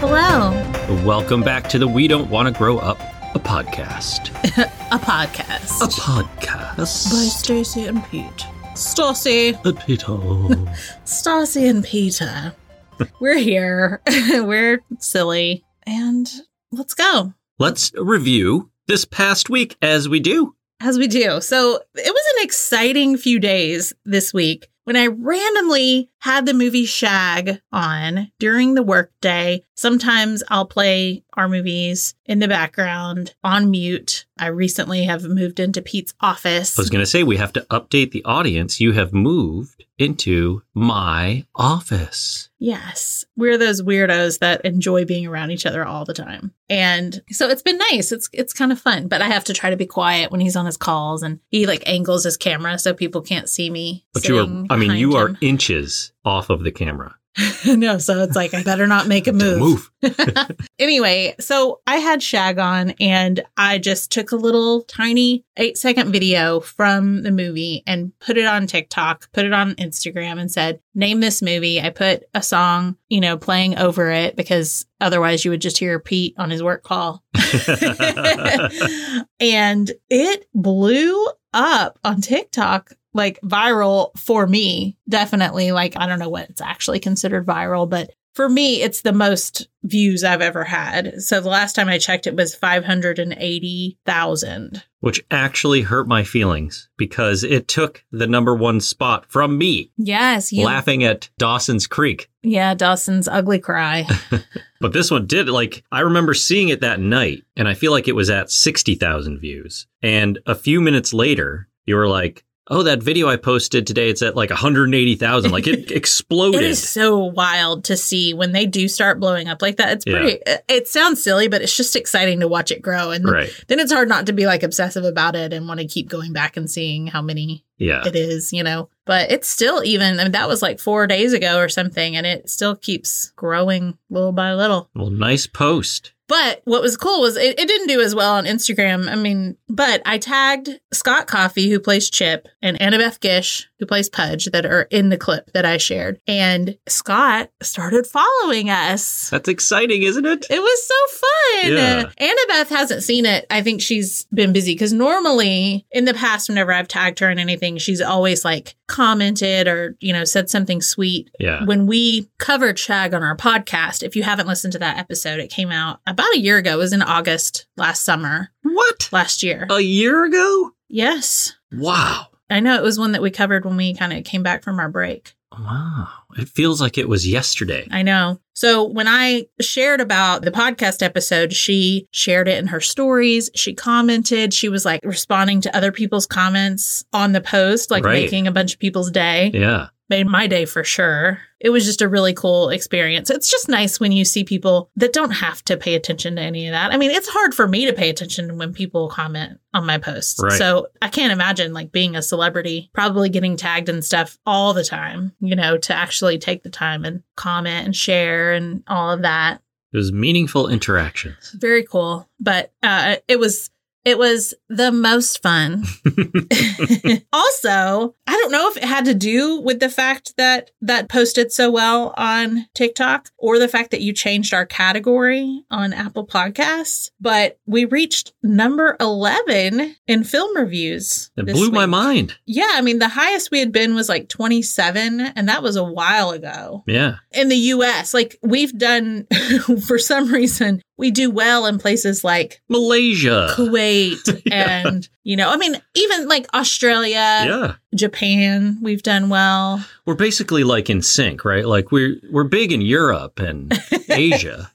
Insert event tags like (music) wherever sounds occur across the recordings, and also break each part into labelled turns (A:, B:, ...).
A: Hello,
B: Welcome back to the We Don't Want to Grow Up, a podcast.
A: a podcast
B: A
A: Oh, by
B: podcast.
A: Stacy and Pete. Stacy,
B: The Beatles.
A: Stacy and (laughs) Peter. We're here. (laughs) We're silly, and let's go
B: Let's review this past week as we do.
A: as we do. So it was an exciting few days this week when I randomly had the movie Shag on during the workday. Sometimes I'll play our movies in the background on mute. I recently have moved into Pete's office.
B: I was going to say we have to update the audience. You have moved into my office.
A: Yes. We're those weirdos that enjoy being around each other all the time. And so it's been nice. It's it's kind of fun, but I have to try to be quiet when he's on his calls and he like angles his camera so people can't see me.
B: But you are,
A: sitting
B: I mean,
A: behind
B: you are
A: him.
B: inches off of the camera.
A: (laughs) no, so it's like I better not make a
B: Don't
A: move. anyway, so I had Shag on and I just took a little tiny eight second video from the movie and put it on TikTok, put it on Instagram and said, name this movie. I put a song, you know, playing over it because otherwise you would just hear Pete on his work call. (laughs) and it blew up on TikTok, like viral for me, definitely. Like, I don't know what it's actually considered viral, but for me, it's the most views I've ever had. So the last time I checked, it was 580,000.
B: Which actually hurt my feelings because it took the number one spot from me
A: Yes. You,
B: laughing at Dawson's Creek.
A: Yeah. Dawson's ugly
B: (laughs)
A: cry.
B: But this one did like I remember seeing it that night and I feel like it was at 60,000 views. And a few minutes later, you were like, "Oh, that video I posted today it's at like 180,000." Like
A: (laughs) it
B: it exploded.
A: is so wild to see when they do start blowing up like that. It's
B: Yeah.
A: pretty, it, it sounds silly, but it's just exciting to watch it grow. And
B: Right.
A: then it's hard not to be like obsessive about it and want to keep going back and seeing how many
B: Yeah.
A: it is, you know. But it's still even, I mean, that was like four days ago or something, and it still keeps growing little by little.
B: Well, nice post.
A: But what was cool was it, it didn't do as well on Instagram. I mean, but I tagged Scott Coffey, who plays Chip, and Annabeth Gish, who plays Pudge, that are in the clip that I shared. And Scott started following us.
B: That's exciting, isn't it?
A: It was so fun.
B: Yeah.
A: Uh, Annabeth hasn't seen it. I think she's been busy because normally in the past, whenever I've tagged her in anything, she's always like commented or, you know, said something sweet.
B: Yeah.
A: When we covered Shag on our podcast, if you haven't listened to that episode, it came out about a year ago. It was in August last summer,
B: What?
A: last year.
B: A year ago?
A: yes.
B: Wow.
A: I know it was one that we covered when we kind of came back from our break.
B: Wow. It feels like it was yesterday.
A: I know. So when I shared about the podcast episode, she shared it in her stories. She commented. She was like responding to other people's comments on the post, like
B: Right.
A: making a bunch of people's day.
B: Yeah.
A: Made my day for sure. It was just a really cool experience. It's just nice when you see people that don't have to pay attention to any of that. I mean, it's hard for me to pay attention when people comment on my posts.
B: Right.
A: So I can't imagine like being a celebrity, probably getting tagged and stuff all the time, you know, to actually take the time and comment and share and all of that.
B: It was meaningful interactions. (laughs)
A: Very cool. But uh, it was. It was the most fun (laughs) also, I don't know if it had to do with the fact that that posted so well on TikTok or the fact that you changed our category on Apple Podcasts, but we reached number 11 in film reviews.
B: It
A: this
B: blew my
A: week.
B: mind.
A: Yeah, I mean, the highest we had been was like 27, and that was a while ago
B: Yeah.
A: in the US. Like, we've done, (laughs) for some reason, we do well in places like
B: Malaysia.
A: Kuwait
B: (laughs) Yeah.
A: and, you know, I mean, even like Australia.
B: Yeah.
A: Japan, we've done
B: (laughs)
A: well.
B: We're basically like in sync, right? Like we're we're big in
A: (laughs)
B: Europe and Asia.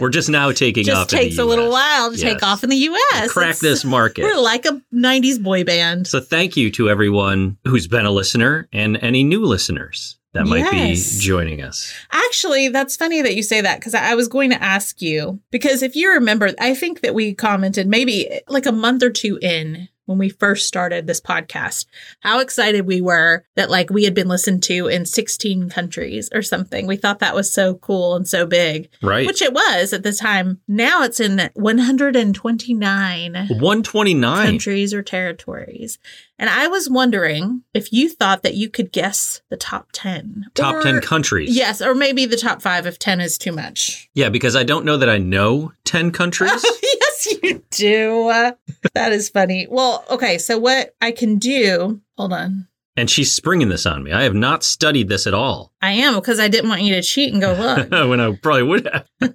B: we're just now taking off.
A: Just
B: in the
A: takes a little
B: US.
A: while to take
B: Yes.
A: off in the U.S.
B: Crack
A: It's-
B: this market.
A: We're like a '90s boy band.
B: so thank you to everyone who's been a listener and any new listeners that might
A: Yes.
B: be joining us.
A: Actually, that's funny that you say that because I I was going to ask you because if you remember, I think that we commented maybe like a month or two in when we first started this podcast, how excited we were that like we had been listened to in 16 countries or something. We thought that was so cool and so big,
B: right?
A: which it was at the time. Now it's in 129
B: 129.
A: countries or territories. And I was wondering if you thought that you could guess the top 10.
B: Top
A: Or-
B: 10 countries.
A: Yes, or maybe the top five if 10 is too much.
B: Yeah, because I don't know that I know 10 countries.
A: (laughs) yes, you do. That is funny. Well, okay, so what I can do, hold on.
B: and she's springing this on me. I have not studied this at all (laughs)
A: I am because I didn't want you to cheat and go look. (laughs)
B: when I probably would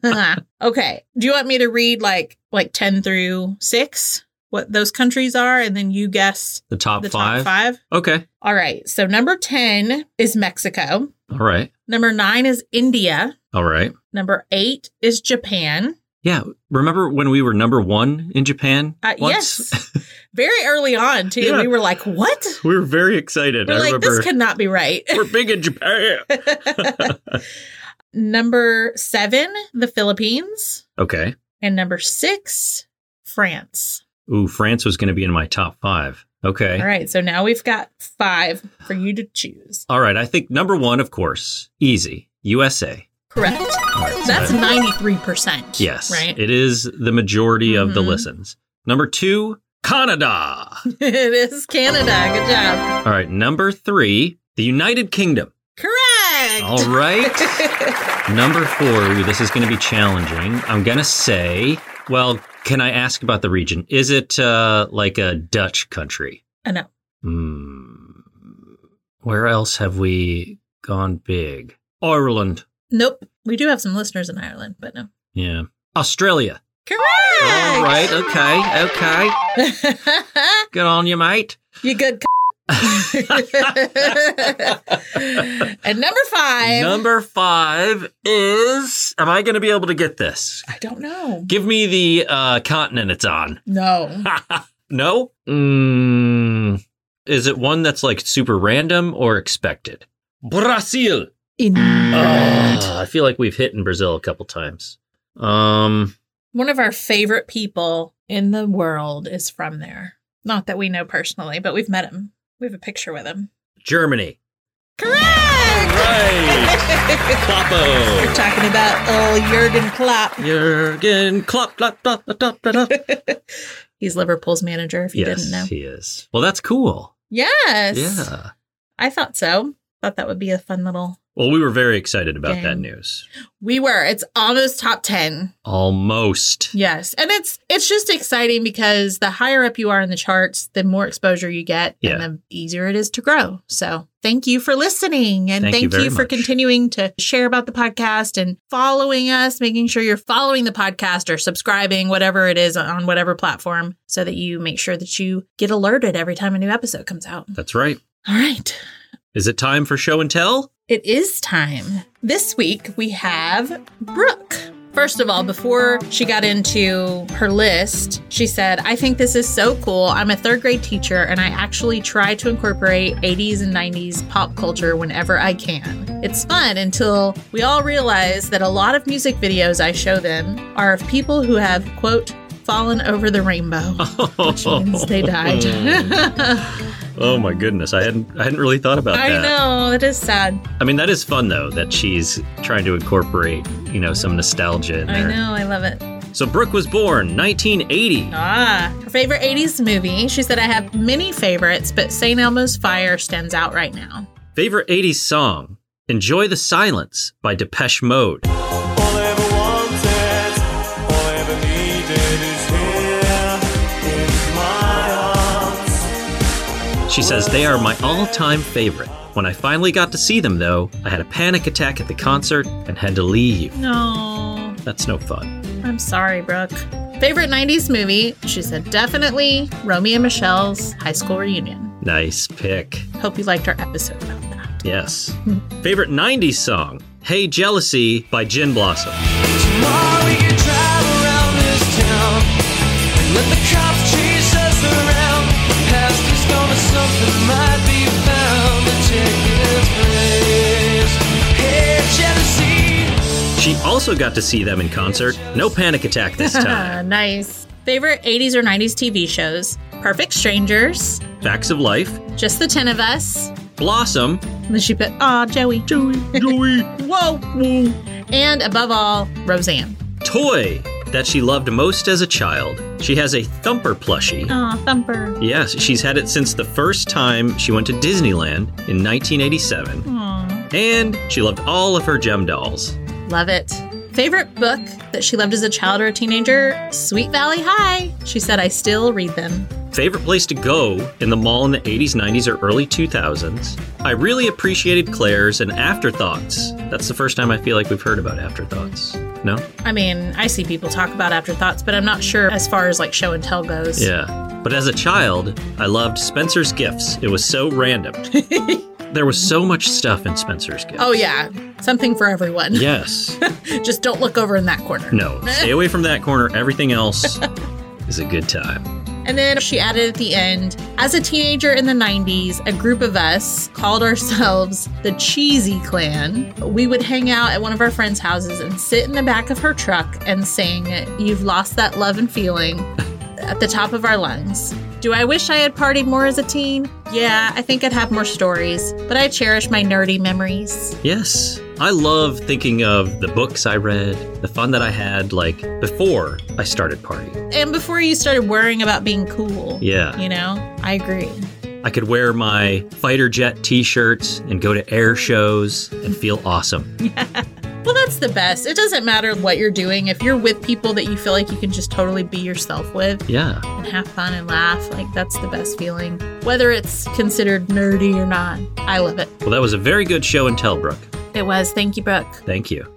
B: have.
A: okay. Do you want me to read like like 10 through 6 what those countries are and then you guess
B: The top
A: the
B: five.
A: top 5?
B: Okay.
A: All right. So number 10 is Mexico.
B: All right.
A: Number 9 is India.
B: All right.
A: Number 8 is Japan.
B: Yeah. Remember when we were number one in Japan?
A: Uh,
B: once? (laughs)
A: yes. Very early on too.
B: Yeah.
A: We were like, "What?"
B: we were very excited.
A: We're
B: I
A: like,
B: remember
A: "This could not be right." (laughs)
B: (laughs) we're big in Japan.
A: number seven, the Philippines,
B: Okay.
A: and number six, France.
B: Ooh, France was going to be in my top five. Okay.
A: All right, so now we've got five for you to choose.
B: All right. I think number one, of course, easy USA.
A: Correct.
B: All right, so
A: That's
B: I-
A: ninety three percent.
B: yes.
A: right.
B: It is the majority of the
A: Mhm.
B: listens. Number two, Canada.
A: (laughs) it is Canada. Good job.
B: All right. Number three, the United Kingdom.
A: Correct. (laughs)
B: All right. Number four, ooh, this is going to be challenging. I'm going to say, well, can I ask about the region? Is it uh, like a Dutch country?
A: I know.
B: Hmm. Where else have we gone big? Ireland.
A: Nope. We do have some listeners in Ireland, but no.
B: Yeah. Australia.
A: Correct.
B: All right. Okay. Okay. Good on you, mate.
A: (laughs) you good. c- (laughs) and number five.
B: Number five is. Am I going to be able to get this?
A: I don't know.
B: Give me the uh, continent it's on.
A: No.
B: (laughs) no? Mm, is it one that's like super random or expected? Brazil.
A: Incorrect.
B: Ah, I feel like we've hit in Brazil a couple times. Um,
A: One of our favorite people in the world is from there. Not that we know personally, but we've met him. We have a picture with him.
B: Germany.
A: Correct.
B: (laughs) Right.
A: (laughs) We're
B: Kloppo.
A: talking about old Jurgen Klopp. (laughs)
B: Jurgen Klopp. Klopp, Klopp, Klopp, Klopp.
A: He's Liverpool's manager. If you
B: Yes,
A: didn't know,
B: he is. Well, that's cool.
A: yes,
B: Yeah.
A: I thought so. Thought that would be a fun little.
B: Well, we were very excited about that
A: Dang.
B: news.
A: We were. It's almost top ten.
B: Almost.
A: Yes, and it's it's just exciting because the higher up you are in the charts, the more exposure you get,
B: Yeah.
A: and the easier it is to grow. So, thank you for listening, and
B: Thank
A: thank,
B: you
A: you,
B: very
A: for
B: much.
A: continuing to share about the podcast and following us, making sure you're following the podcast or subscribing, whatever it is on whatever platform, so that you make sure that you get alerted every time a new episode comes out.
B: That's right.
A: All right.
B: Is it time for show and tell? (laughs)
A: It is time. This week we have Brooke. First of all, before she got into her list, she said, I think this is so cool. I'm a third grade teacher and I actually try to incorporate 80s and 90s pop culture whenever I can. It's fun until we all realize that a lot of music videos I show them are of people who have, quote, fallen over the rainbow, which means they died.
B: Oh my goodness, I hadn't I hadn't really thought about
A: (laughs) I
B: that.
A: know, that is sad.
B: I mean, that is fun though that she's trying to incorporate, you know, some nostalgia in
A: I
B: there.
A: know, I love it.
B: So Brooke was born 1980.
A: Ah, her favorite 80s movie. She said, I have many favorites, but St. Elmo's Fire stands out right now.
B: Favorite 80s song: "Enjoy the Silence" by Depeche Mode.
C: All I ever wanted, all I ever needed is here in my arms.
B: She says they are my all-time favorite. When I finally got to see them though, I had a panic attack at the concert and had to leave.
A: No,
B: That's no fun.
A: I'm sorry, Brooke. Favorite 90s movie? She said, definitely Romeo and Michelle's High School Reunion.
B: Nice pick.
A: Hope you liked our episode about that. (laughs)
B: Yes. Favorite 90s song: "Hey Jealousy" by Gin Blossom.
C: Tomorrow we can travel around this town and let the cops chase us around. The past is gone, but something might be found to take its place. Hey, jealousy.
B: She also got to
A: (laughs)
B: see
A: Ah,
B: them in concert. No panic attack this time.
A: nice. Favorite 80s or 90s TV shows? Perfect Strangers,
B: Facts of Life,
A: Just the Ten of Us.
B: Blossom,
A: And then she put, Aw, Joey.
B: Joey, Joey,
A: (laughs) Whoa.
B: woo,
A: And above all, Roseanne.
B: Toy, that she loved most as a child. She has a Thumper plushie.
A: Aw, Thumper.
B: Yes, she's had it since the first time she went to Disneyland in 1987.
A: Aw.
B: And she loved all of her gem dolls.
A: Love it. Favorite book that she loved as a child or a teenager? Sweet Valley High. She said, I still read them.
B: Favorite place to go in the mall in the 80s, 90s, or early 2000s? I really appreciated Claire's and Afterthoughts. That's the first time I feel like we've heard about Afterthoughts. No?
A: I mean, I see people talk about afterthoughts, but I'm not sure as far as like show and tell goes.
B: Yeah. But as a child, I loved Spencer's Gifts. It was
A: (laughs)
B: so random. there was so much stuff in Spencer's Gifts.
A: Oh, yeah. Something for everyone.
B: Yes.
A: (laughs) Just don't look over in that corner.
B: No. Stay away from that corner. Everything else is a good time.
A: And then she added at the end, as a teenager in the 90s, a group of us called ourselves the Cheesy Clan. We would hang out at one of our friends' houses and sit in the back of her truck and sing, You've Lost That Love and Feeling, at the top of our lungs. Do I wish I had partied more as a teen? Yeah, I think I'd have more stories, but I cherish my nerdy memories.
B: Yes. I love thinking of the books I read, the fun that I had, like before I started partying.
A: And before you started worrying about being cool,
B: Yeah.
A: you know, I agree.
B: I could wear my fighter jet t shirts and go to air shows and feel
A: (laughs)
B: awesome.
A: Well, that's the best. It doesn't matter what you're doing. If you're with people that you feel like you can just totally be yourself with
B: Yeah.
A: and have fun and laugh, like that's the best feeling. Whether it's considered nerdy or not, I love it.
B: Well, that was a very good show and tell, Brooke.
A: It was. Thank you, Brooke.
B: Thank you.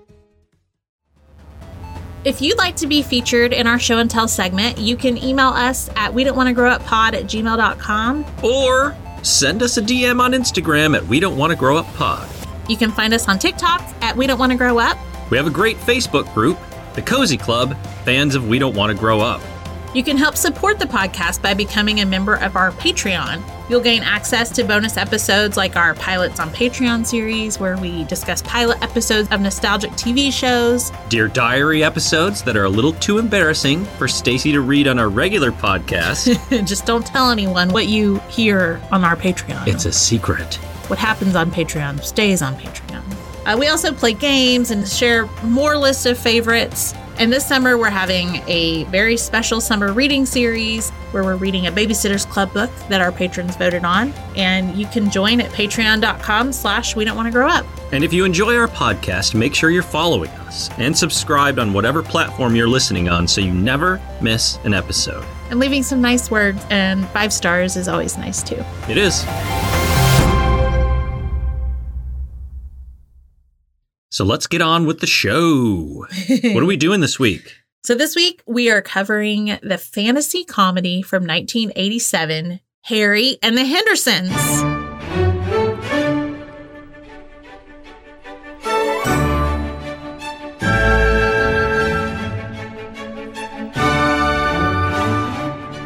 A: If you'd like to be featured in our show and tell segment, you can email us at we don't want to grow up pod at gmail.com.
B: Or send us a DM on Instagram at We Don't Want to Grow Up Pod.
A: You can find us on TikTok at we don't want to grow up.
B: We have a great Facebook group, The Cozy Club, fans of We Don't Want to Grow Up.
A: You can help support the podcast by becoming a member of our Patreon. You'll gain access to bonus episodes like our Pilots on Patreon series, where we discuss pilot episodes of nostalgic TV shows. (laughs)
B: Dear Diary episodes that are a little too embarrassing for Stacy to read on our regular podcast.
A: Just don't tell anyone what you hear on our Patreon.
B: (laughs) it's a secret.
A: what happens on Patreon stays on Patreon. Uh, we also play games and share more lists of favorites. And this summer, we're having a very special summer reading series where we're reading a Babysitter's Club book that our patrons voted on. And you can join at patreon.com slash we don't want to grow up.
B: And if you enjoy our podcast, make sure you're following us and subscribed on whatever platform you're listening on so you never miss an episode.
A: And leaving some nice words and five stars is always nice too.
B: It is. So let's get on with the show. what are we doing this week?
A: So this week, we are covering the fantasy comedy from 1987, Harry and the Hendersons.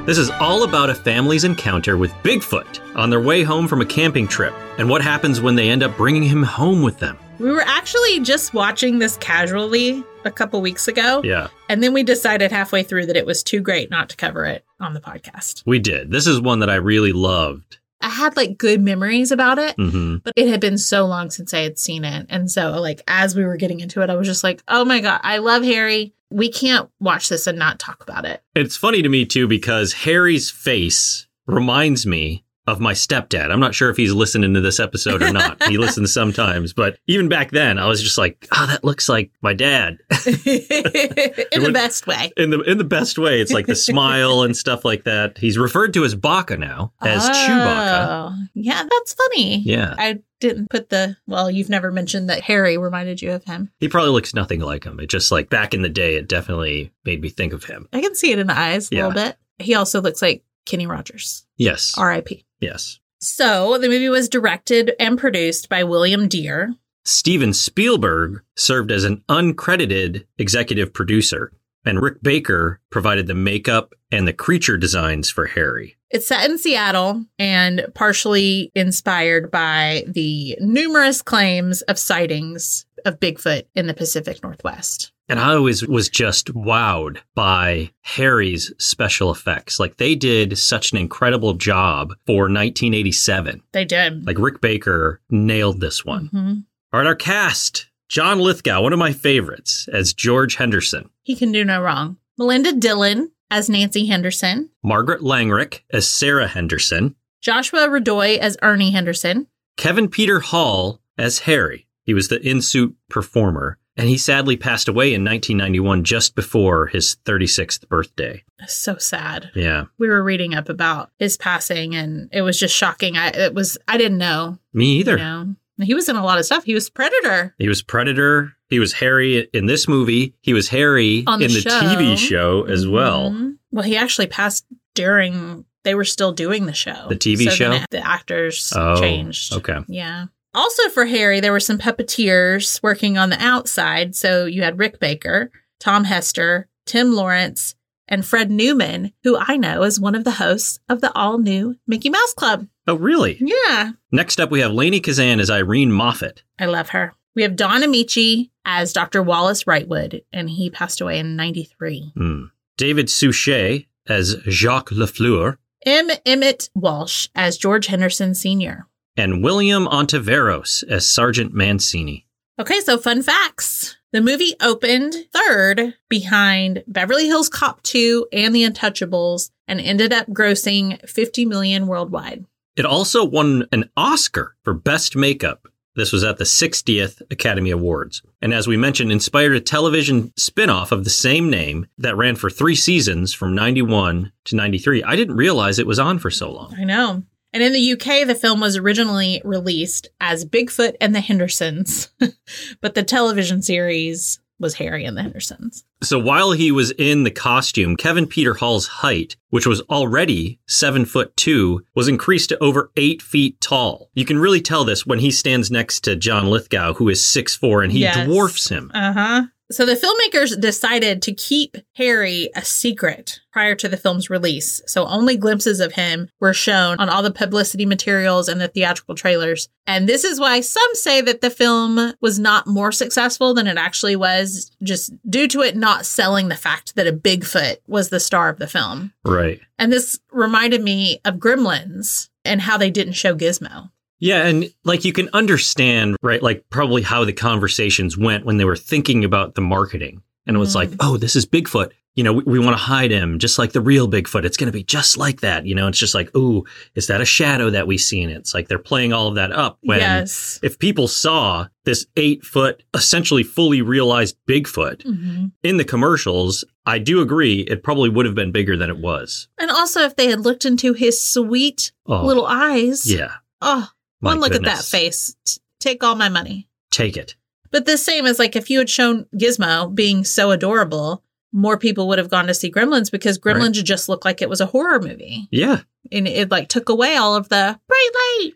B: This is all about a family's encounter with Bigfoot on their way home from a camping trip and what happens when they end up bringing him home with them.
A: We were actually just watching this casually a couple weeks ago,
B: Yeah,
A: and then we decided halfway through that it was too great not to cover it on the podcast.
B: we did. This is one that I really loved.
A: I had like good memories about it,
B: hmm
A: but it had been so long since I had seen it. And so, like, as we were getting into it, I was just like, oh my God, I love Harry. We can't watch this and not talk about it. (laughs)
B: It's funny to me, too, because Harry's face reminds me of my stepdad. I'm not sure if he's listening to this episode or not. he listens sometimes, but even back then, I was just like, oh, that looks like my dad.
A: In the
B: would-
A: best way.
B: in the in the best way. It's like the smile and stuff like that. He's referred to as Baca now, as Chewbacca.
A: Oh, Yeah, that's funny.
B: Yeah.
A: I didn't put the, well, you've never mentioned that Harry reminded you of him.
B: He probably looks nothing like him. It just like back in the day, it definitely made me think of him.
A: I can see it in the eyes a
B: Yeah.
A: little bit. He also looks like Kenny Rogers,
B: Yes.
A: R.I.P.
B: Yes.
A: So the movie was directed and produced by William Deere.
B: Steven Spielberg served as an uncredited executive producer, and Rick Baker provided the makeup and the creature designs for Harry.
A: It's set in Seattle and partially inspired by the numerous claims of sightings of Bigfoot in the Pacific Northwest.
B: And I always was just wowed by Harry's special effects. Like they did such an incredible job for 1987.
A: They did.
B: Like Rick Baker nailed this one.
A: Mhm.
B: All right, our cast John Lithgow, one of my favorites, as George Henderson,
A: He can do no wrong. Melinda Dillon as Nancy Henderson,
B: Margaret Langrick as Sarah Henderson,
A: Joshua Radoy as Ernie Henderson.
B: Kevin Peter Hall as Harry. He was the in suit performer, and he sadly passed away in 1991 just before his 36th birthday.
A: So sad.
B: Yeah,
A: We were reading up about his passing, and it was just shocking. I it was I didn't know.
B: me either.
A: You know, he was in a lot of stuff. He was Predator.
B: He was Predator. He was Harry in this movie. He was Harry
A: On the
B: in the
A: show.
B: TV show as well.
A: Mhm. Well, he actually passed during they were still doing the show.
B: The TV
A: So then
B: show?
A: it- the actors
B: Oh,
A: changed.
B: Okay.
A: Yeah. Also for Harry, there were some puppeteers working on the outside. So you had Rick Baker, Tom Hester, Tim Lawrence, and Fred Newman, who I know is one of the hosts of the all new Mickey Mouse Club.
B: Oh, really?
A: Yeah.
B: Next up, we have Lainey Kazan as Irene Moffat.
A: I love her. We have Don Amici as Dr. Wallace Wrightwood, and he passed away in 93.
B: Hmm. David Suchet as Jacques Lafleur
A: M. Emmett Walsh as George Henderson Sr.
B: and William Ontiveros as Sergeant Mancini.
A: Okay, so fun facts. The movie opened third behind Beverly Hills Cop 2 and The Untouchables and ended up grossing 50 million worldwide.
B: It also won an Oscar for Best Makeup. This was at the 60th Academy Awards. And as we mentioned, inspired a television spin-off of the same name that ran for three seasons from 91 to 93. I didn't realize it was on for so long.
A: I know. And in the UK, the film was originally released as Bigfoot and the Hendersons, (laughs) but the television series was Harry and the Hendersons.
B: So while he was in the costume, Kevin Peter Hall's height, which was already seven foot two, was increased to over eight feet tall. You can really tell this when he stands next to John Lithgow, who is six four, and he
A: Yes.
B: dwarfs him.
A: Uh huh. So the filmmakers decided to keep Harry a secret prior to the film's release. So only glimpses of him were shown on all the publicity materials and the theatrical trailers. And this is why some say that the film was not more successful than it actually was, just due to it not selling the fact that a Bigfoot was the star of the film.
B: Right.
A: And this reminded me of Gremlins and how they didn't show Gizmo.
B: Yeah, and like you can understand, right? Like probably how the conversations went when they were thinking about the marketing, and it was
A: Mm.
B: like, oh, this is Bigfoot. You know, we, we want to hide him, just like the real Bigfoot. It's going to be just like that. You know, it's just like, ooh, is that a shadow that we see? And it's like they're playing all of that up. When
A: yes.
B: if people saw this eight foot, essentially fully realized Bigfoot
A: Mhm.
B: in the commercials, I do agree it probably would have been bigger than it was.
A: And also, if they had looked into his sweet
B: Oh,
A: little eyes.
B: yeah.
A: Oh,
B: My
A: one look at that
B: goodness.
A: face. T- Take all my money.
B: Take it.
A: But the same as like if you had shown Gizmo being so adorable, more people would have gone to see Gremlins because
B: Right.
A: Gremlins just looked like it was a horror movie.
B: Yeah.
A: And it like took away all of the bright light,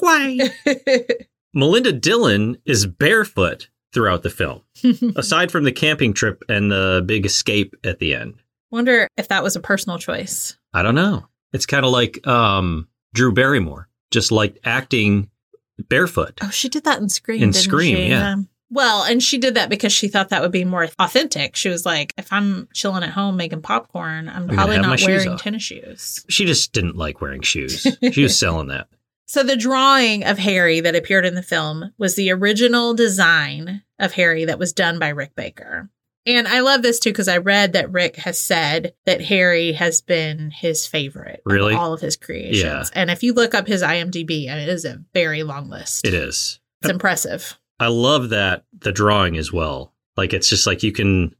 A: bright light.
B: Melinda Dillon is barefoot throughout the film, aside from the camping trip and the big escape at the end.
A: (laughs) Wonder if that was a personal choice.
B: I don't know. It's kind of like um, Drew Barrymore, just like acting barefoot.
A: Oh, she did that in Scream.
B: In
A: didn't
B: Scream,
A: she?
B: yeah.
A: Um, Well, and she did that because she thought that would be more authentic. She was like, if I'm chilling at home making popcorn, I'm,
B: gonna
A: probably
B: have my
A: not
B: shoes
A: wearing
B: off."
A: tennis shoes.
B: She just didn't like wearing shoes. She was selling that.
A: So the drawing of Harry that appeared in the film was the original design of Harry that was done by Rick Baker. And I love this too because I read that Rick has said that Harry has been his favorite. of
B: Really?
A: all of his creations.
B: Yeah.
A: And if you look up his IMDb, I mean, it is a very long list.
B: It is.
A: It's impressive.
B: I love that the drawing as well. Like it's just like you can,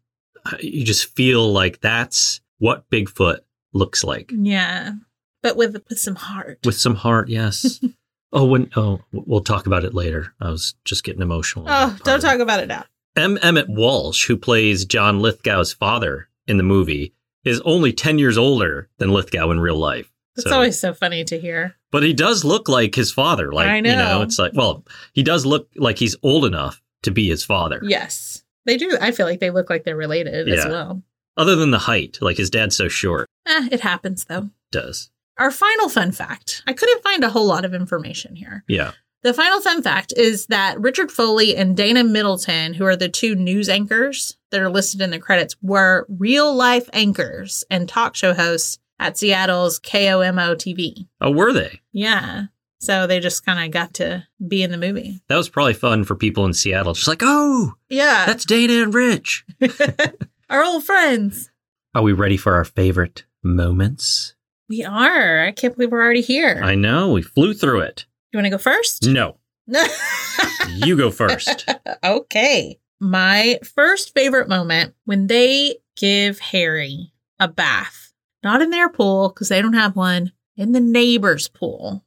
B: you just feel like that's what Bigfoot looks like
A: Yeah. But with with some heart.
B: with some
A: (laughs)
B: heart. Yes. oh, when oh, we'll talk about it later. I was just getting emotional.
A: oh, don't talk about it now.
B: M. Emmett Walsh, who plays John Lithgow's father in the movie, is only ten years older than Lithgow in real life.
A: It's
B: So-
A: always so funny to hear.
B: But he does look like his father. Like
A: I
B: you know,
A: know.
B: it's like well, he does look like he's old enough to be his father.
A: Yes. They do. I feel like they look like they're related as
B: Yeah.
A: well.
B: Other than the height, like his dad's so short.
A: Eh, it happens though.
B: Does
A: Our final fun fact I couldn't find a whole lot of information here,
B: yeah.
A: The final fun fact is that Richard Foley and Dana Middleton, who are the two news anchors that are listed in the credits, were real life anchors and talk show hosts at Seattle's KOMO TV.
B: Oh, were they?
A: Yeah. So they just kind of got to be in the movie.
B: That was probably fun for people in Seattle. Just like, oh,
A: Yeah.
B: that's Dana and Rich.
A: Our old friends.
B: Are we ready for our favorite moments?
A: We are. I can't believe we're already here.
B: I know, we flew through it.
A: you want to go first?
B: No,
A: (laughs)
B: you go first.
A: okay. My first favorite moment when they give Harry a bath, not in their pool because they don't have one, in the neighbor's pool.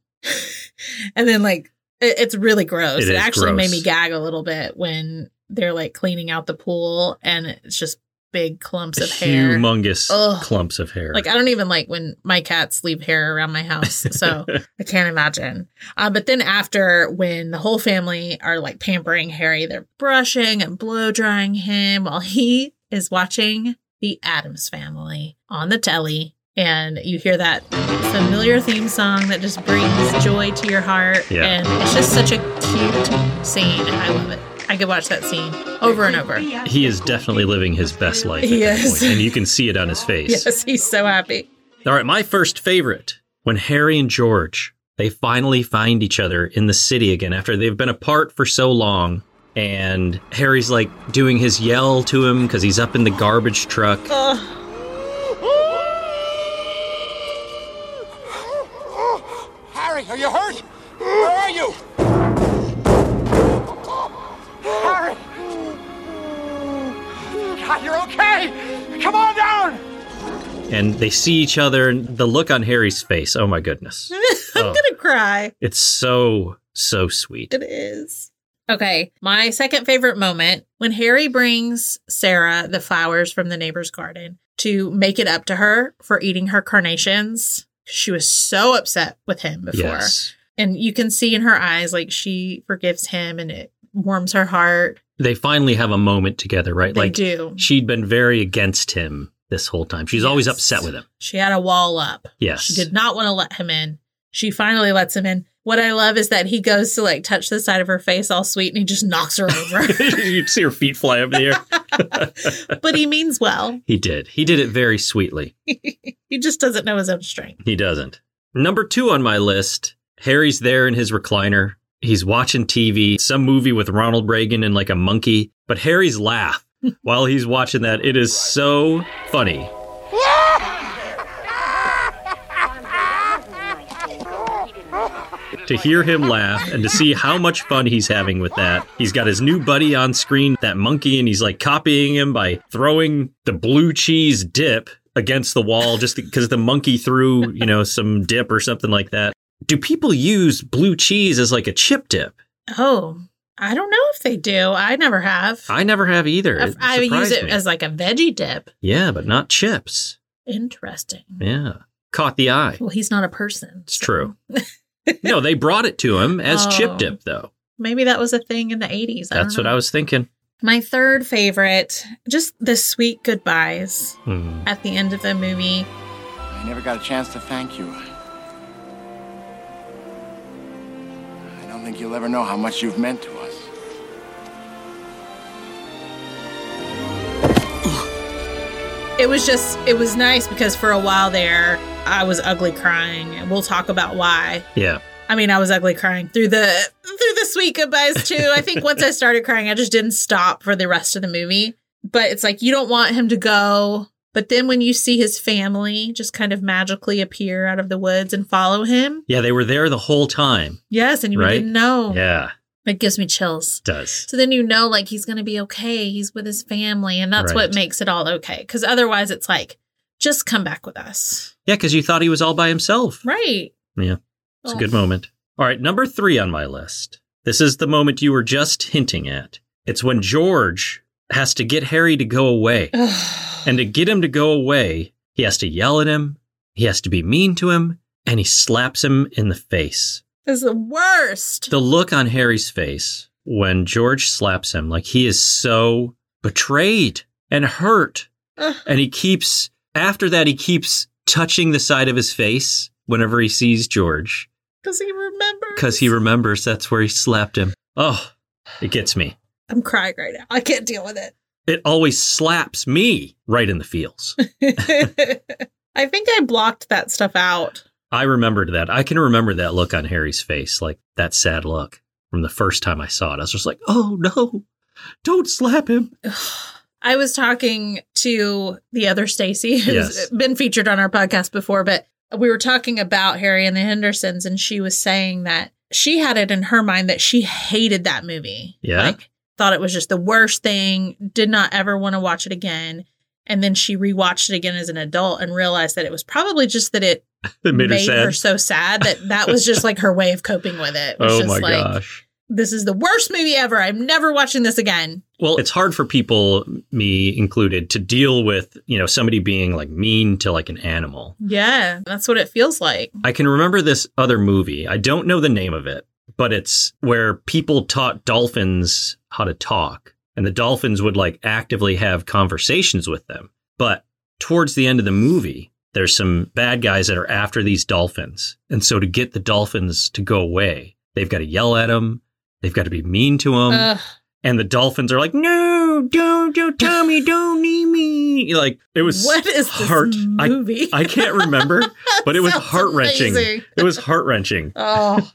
A: (laughs) and then, like, it- it's really gross.
B: It
A: It,
B: is
A: actually
B: gross.
A: made me gag a little bit when they're like cleaning out the pool and it's just big clumps of hair.
B: Humongous
A: Ugh.
B: clumps of hair.
A: Like I don't even like when my cats leave hair around my house, so I can't imagine. Uh, but then after, when the whole family are like pampering Harry, they're brushing and blow drying him while he is watching the Adams Family on the telly, and you hear that familiar theme song that just brings joy to your heart,
B: Yeah.
A: and it's just such a cute scene. I love it. I could watch that scene over and over.
B: he is definitely living his best life. At
A: He
B: that
A: is.
B: point, and you can see it on
A: (laughs)
B: his face.
A: (laughs) Yes, he's so happy.
B: All right, my first favorite when Harry and George they finally find each other in the city again after they've been apart for so long. And Harry's like doing his yell to him because he's up in the garbage truck.
A: Ugh.
D: Harry, are you hurt? Where are you? Harry! God, you're okay! Come on down!
B: And they see each other, and the look on Harry's face oh my goodness.
A: (laughs) I'm
B: Oh.
A: gonna cry.
B: It's so, so sweet.
A: It is. Okay, my second favorite moment when Harry brings Sarah the flowers from the neighbor's garden to make it up to her for eating her carnations. She was so upset with him before.
B: Yes.
A: And you can see in her eyes, like, she forgives him and it warms her heart.
B: They finally have a moment together, right?
A: They
B: like
A: do.
B: she'd been very against him this whole time. She's always
A: Yes.
B: upset with him.
A: She had a wall up.
B: Yes.
A: She
B: (laughs)
A: did not want to let him in. She finally lets him in. What I love is that he goes to like touch the side of her face all sweet and he just knocks her over.
B: (laughs)
A: (laughs)
B: You'd see her feet fly up in the air.
A: but he means well.
B: (laughs) He did. He did it very sweetly.
A: He just doesn't know his own strength.
B: He doesn't. Number two on my list Harry's there in his recliner. He's watching TV, some movie with Ronald Reagan and like a monkey. But
A: (laughs)
B: Harry's laugh while he's watching that, it is so funny. To hear him laugh and to see how much fun he's having with that. He's got his new buddy on screen, that monkey, and he's like copying him by throwing the blue cheese dip against the wall just because the monkey threw, you know, some dip or something like that. Do people use blue cheese as like a chip dip?
A: Oh, I don't know if they do. I never have.
B: I never have either.
A: I,
B: It
A: I use
B: surprised
A: it
B: me.
A: as like a veggie dip.
B: yeah, but not chips.
A: Interesting.
B: Yeah, caught the eye.
A: Well, he's not a person.
B: It's
A: (laughs)
B: true. no, they brought it to him
A: Oh.
B: as
A: Uh-huh.
B: chip dip though.
A: Maybe that was a thing in the 80s.
B: That's what I was thinking.
A: My third favorite, just the sweet goodbyes
B: Hmm.
A: at the end of the movie.
D: I never got a chance to thank you. I don't think you'll ever know how much you've meant to us.
A: It was just, it was nice because for a while there, I was ugly crying. And we'll talk about why.
B: Yeah,
A: I mean, I was ugly crying through the through the sweet goodbyes too. I think once I started crying, I just didn't stop for the rest of the movie. But it's like you don't want him to go, but then when you see his family just kind of magically appear out of the woods and follow him,
B: yeah, they were there the whole time.
A: yes, and you
B: Right.
A: didn't know.
B: Yeah,
A: It gives me chills.
B: it does.
A: So then you know, like he's gonna be okay. He's with his family, and that's
B: Right.
A: what makes it all okay. Because otherwise, it's like just come back with us,
B: Yeah, because you thought he was all by himself.
A: right?
B: Yeah. It's a
A: Oh.
B: good moment. All right, number three on my list. This is the moment you were just hinting at. It's when George has to get Harry to go away. and to get him to go away, he has to yell at him, he has to be mean to him, and he slaps him in the face.
A: It's the worst.
B: The look on Harry's face when George slaps him, like he is so betrayed and hurt.
A: Ugh.
B: And he keeps, after that, he keeps touching the side of his face whenever he sees George.
A: Because he remembers.
B: because he remembers that's where he slapped him. Oh, it gets me.
A: I'm crying right now. I can't deal with
B: It always slaps me right in the feels. (laughs)
A: it. (laughs) I think I blocked that stuff out. (sighs)
B: I remembered that. I can remember that look on Harry's face, like that sad look from the first time I saw it. I was just like, oh no, don't slap him.
A: I was talking to the other Stacy, who's
B: Yes.
A: been featured on our podcast before, but we were talking about Harry and the Hendersons, and she was saying that she had it in her mind that she hated that movie.
B: Yeah.
A: Like, thought it was just the worst thing, did not ever want to watch it again. And then she rewatched it again as an adult and realized that it was probably just that it
B: It made, her sad.
A: so sad that that was just like her way of coping with it. It was
B: (laughs) oh
A: just
B: my
A: like,
B: gosh.
A: this is the worst movie ever. I'm never watching this again.
B: Well, it's hard for people, me included, to deal with, you know, somebody being like mean to like an animal.
A: Yeah, that's what it feels like.
B: I can remember this other movie. I don't know the name of it, but it's where people taught dolphins how to talk, and the dolphins would like actively have conversations with them. But towards the end of the movie, there's some bad guys that are after these dolphins. And so to get the dolphins to go away, they've got to yell at them, they've got to be mean to them.
A: Ugh.
B: and the dolphins are like, "No, don't, don't, Tommy, don't need me." Like it was
A: what is
B: heart.
A: this
B: I,
A: movie?
B: I can't remember,
A: (laughs)
B: but it was
A: Sounds
B: heart wrenching.
A: amazing.
B: It was heart wrenching. (laughs)
A: Oh.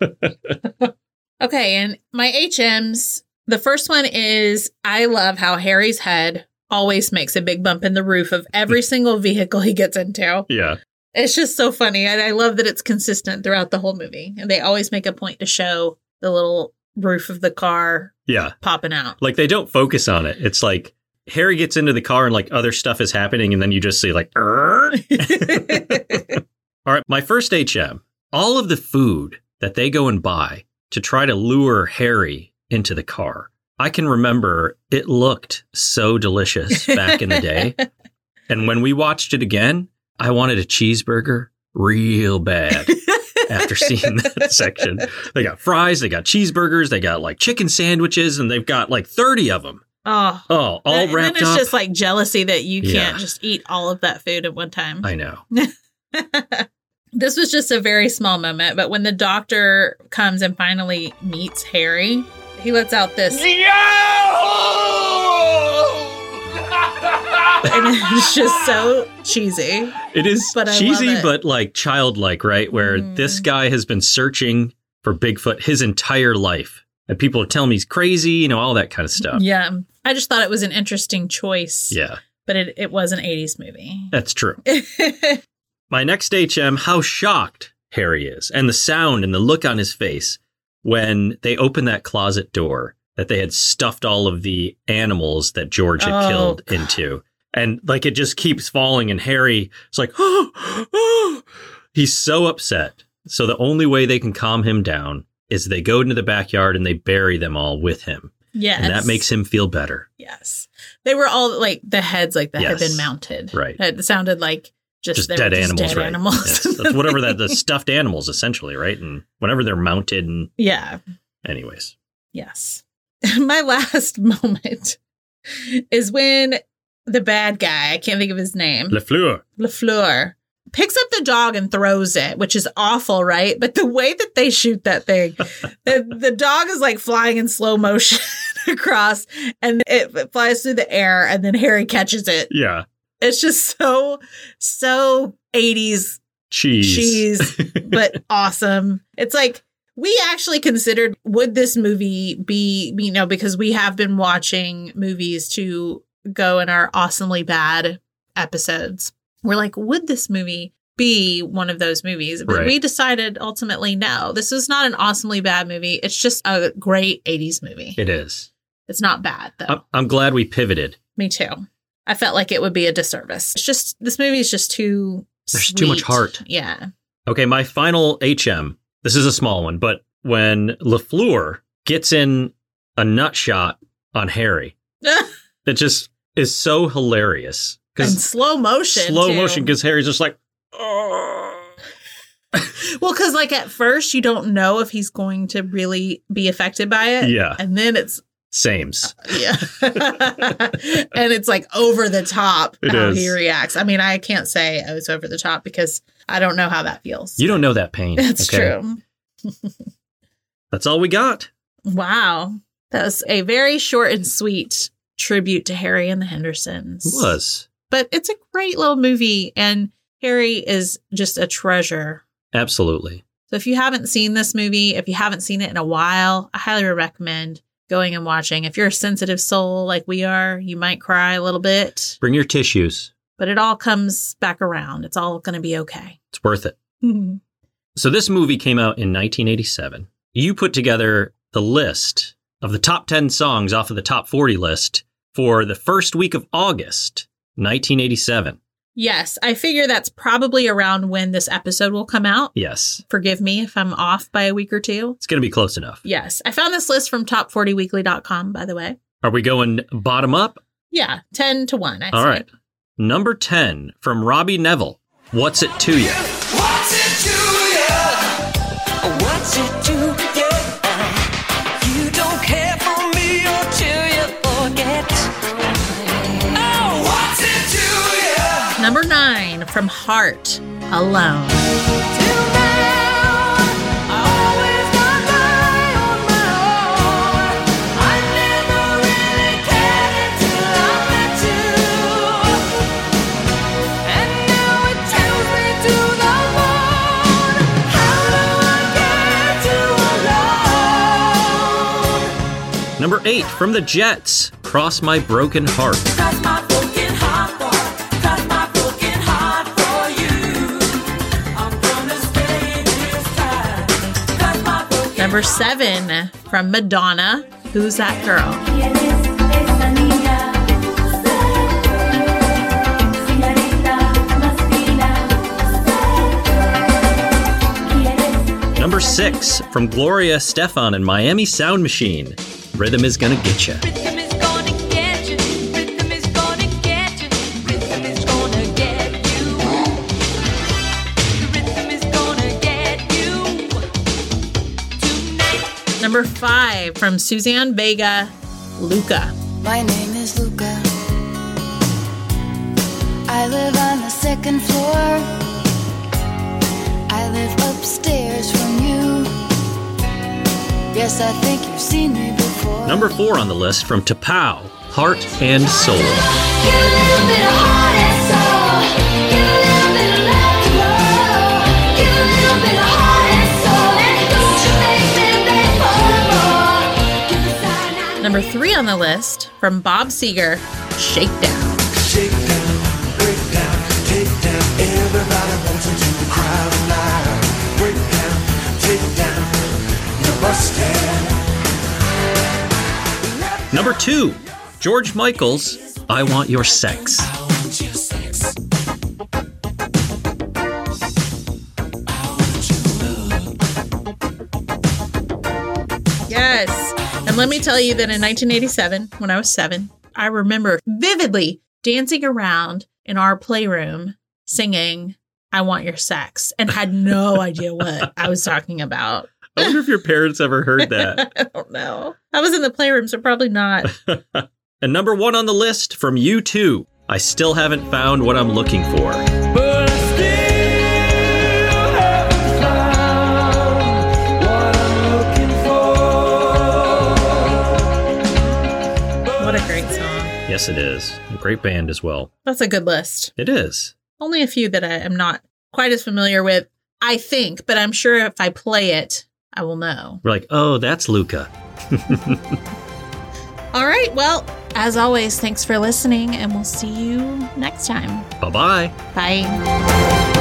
A: okay, and my HMs. The first one is I love how Harry's head always makes a big bump in the roof of every single vehicle he gets into.
B: Yeah,
A: It's just so funny. And I love that it's consistent throughout the whole movie. And they always make a point to show the little roof of the car
B: yeah.
A: popping out.
B: Like they don't focus on it. It's like Harry gets into the car and like other stuff is happening, and then you just see like, "Err." all right. My first HM. All of the food that they go and buy to try to lure Harry into the car. I can remember it looked so delicious back in the day. And when we watched it again, I wanted a cheeseburger real bad after seeing that section. They got fries, they got cheeseburgers, they got like chicken sandwiches, and they've got like 30 of them.
A: Oh,
B: Oh, all
A: and
B: wrapped
A: then it's
B: up.
A: just like jealousy that you
B: Yeah.
A: can't just eat all of that food at one time.
B: I know.
A: this was just a very small moment, but when the doctor comes and finally meets Harry, he lets out this
C: (laughs)
A: and it's just so cheesy.
B: It is
A: But I
B: cheesy,
A: love it.
B: but like childlike, right? Where
A: Mhm.
B: this guy has been searching for Bigfoot his entire life. And people are telling me he's crazy, you know, all that kind of stuff.
A: Yeah. I just thought it was an interesting choice.
B: yeah
A: But it, it was an 80s movie.
B: that's true. My next HM, how shocked Harry is, and the sound and the look on his face when they open that closet door that they had stuffed all of the animals that George had
A: Oh,
B: killed into. And like it just keeps falling, and Harry is like, (gasps) oh, oh. he's so upset. So the only way they can calm him down is they go into the backyard and they bury them all with him.
A: (laughs) yes.
B: And that makes him feel better.
A: Yes. They were all like the heads like that had
B: Yes.
A: been mounted.
B: Right.
A: It sounded like just,
B: just
A: they were
B: dead
A: just
B: animals,
A: dead
B: right?
A: animals. (laughs)
B: Yes. That's whatever that the stuffed animals essentially, right? And whenever they're mounted and
A: yeah.
B: anyways.
A: Yes. (laughs) My last moment is when the bad guy, I can't think of his name,
B: LeFleur.
A: LaFleur, picks up the dog and throws it, which is awful, right? But the way that they shoot that
B: (laughs)
A: thing, the, the dog is like flying in slow motion (laughs) across and it flies through the air and then Harry catches it.
B: Yeah.
A: It's just so, so 80s
B: Cheese.
A: cheese,
B: (laughs)
A: but awesome. It's like we actually considered would this movie be, you know, because we have been watching movies to go in our awesomely bad episodes. We're like, would this movie be one of those movies? But
B: Right.
A: we decided ultimately no. This is not an awesomely bad movie. It's just a great 80s movie.
B: It is.
A: It's not bad though.
B: I'm, I'm glad we pivoted.
A: Me too. I felt like it would be a disservice. It's just this movie is just too
B: There's too much
A: sweet.
B: heart.
A: Yeah. (laughs)
B: Okay, my final HM. This is a small one, but when LeFleur gets in a nut shot on Harry, it just is so hilarious.
A: and
B: Because
A: slow motion.
B: slow
A: too.
B: motion, because Harry's just like,
A: (laughs) Well, because like at first you don't know if he's going to really be affected by it.
B: Yeah.
A: And then it's
B: sames.
A: yeah, (laughs) and it's like over the top
B: It
A: how
B: is.
A: he reacts. I mean, I can't say I was over the top because I don't know how that feels.
B: You don't know that pain.
A: That's
B: okay?
A: true.
B: That's all we got.
A: Wow. That was a very short and sweet tribute to Harry and the Hendersons.
B: It was.
A: But it's a great little movie, and Harry is just a treasure.
B: Absolutely.
A: So if you haven't seen this movie, if you haven't seen it in a while, I highly recommend going and watching. If you're a sensitive soul like we are, you might cry a little bit,
B: Bring your tissues.
A: but it all comes back around. It's all going to be
B: (laughs)
A: okay.
B: It's worth it. So this movie came out in 1987. You put together the list of the top 10 songs off of the top 40 list for the first week of August, 1987.
A: yes, I figure that's probably around when this episode will come out.
B: Yes.
A: Forgive me if I'm off by a week or two.
B: It's going to be close enough.
A: Yes, I found this list from top40weekly.com, by the way.
B: Are we going bottom up?
A: Yeah, 10 to 1. I
B: All
A: say.
B: right. Number 10 from Robbie Neville. What's it to you?
C: What's it to ya? What's it to ya? You don't care for me until you forget. Oh, what's it to ya?
A: Number 9 from Heart Alone.
C: Till now, I always got by on my own. I never really cared until I met you. And now it tells me to the moon. How do I get you alone?
B: Number 8 from the Jets. Cross my broken heart.
C: Cross my broken heart for, cross my broken heart for you. I'm gonna stay this time. Cross my broken
A: Number 7 from Madonna. Who's that girl?
E: Eres esa niña, señorita más fina. Quieres
B: Number 6 from Gloria Stefan and Miami Sound Machine. Rhythm is going to get you.
C: Rhythm is gonna get you. Rhythm is gonna get you. Rhythm is gonna get you. The rhythm is gonna get you. Tonight.
A: Number 5 from Suzanne Vega. Luca.
F: My name is Luca. I live on the second floor. I live upstairs from you. Yes, I think you've seen me before.
B: Number 4 on the list from Tapao. Heart and soul.
E: Get a little bit of heart and soul. Get a little bit of love to love. Get a little bit of heart and soul. And don't you make me beg for more. Give a sign I
A: Number 3 on the list from Bob Seger. Shakedown.
B: Number 2 George Michael's I Want Your Sex.
A: Yes. And let me tell you that in 1987, when I was seven, I remember vividly dancing around in our playroom singing, I Want Your Sex, and had no idea what I was talking about. (laughs)
B: I wonder if your parents ever heard that.
A: I don't know. I was in the playroom, so probably not.
B: And number 1 on the list from U2. I still haven't found what I'm looking for.
C: But I still haven't found what I'm looking for.
A: What a great song.
B: Yes, it is. A great band as well.
A: That's a good list.
B: It is.
A: Only a few that I am not quite as familiar with, I think, but I'm sure if I play it, I will know.
B: We're like, oh, that's Luca.
A: All right. Well, as always, thanks for listening, and we'll see you next time.
B: Bye bye.
A: Bye.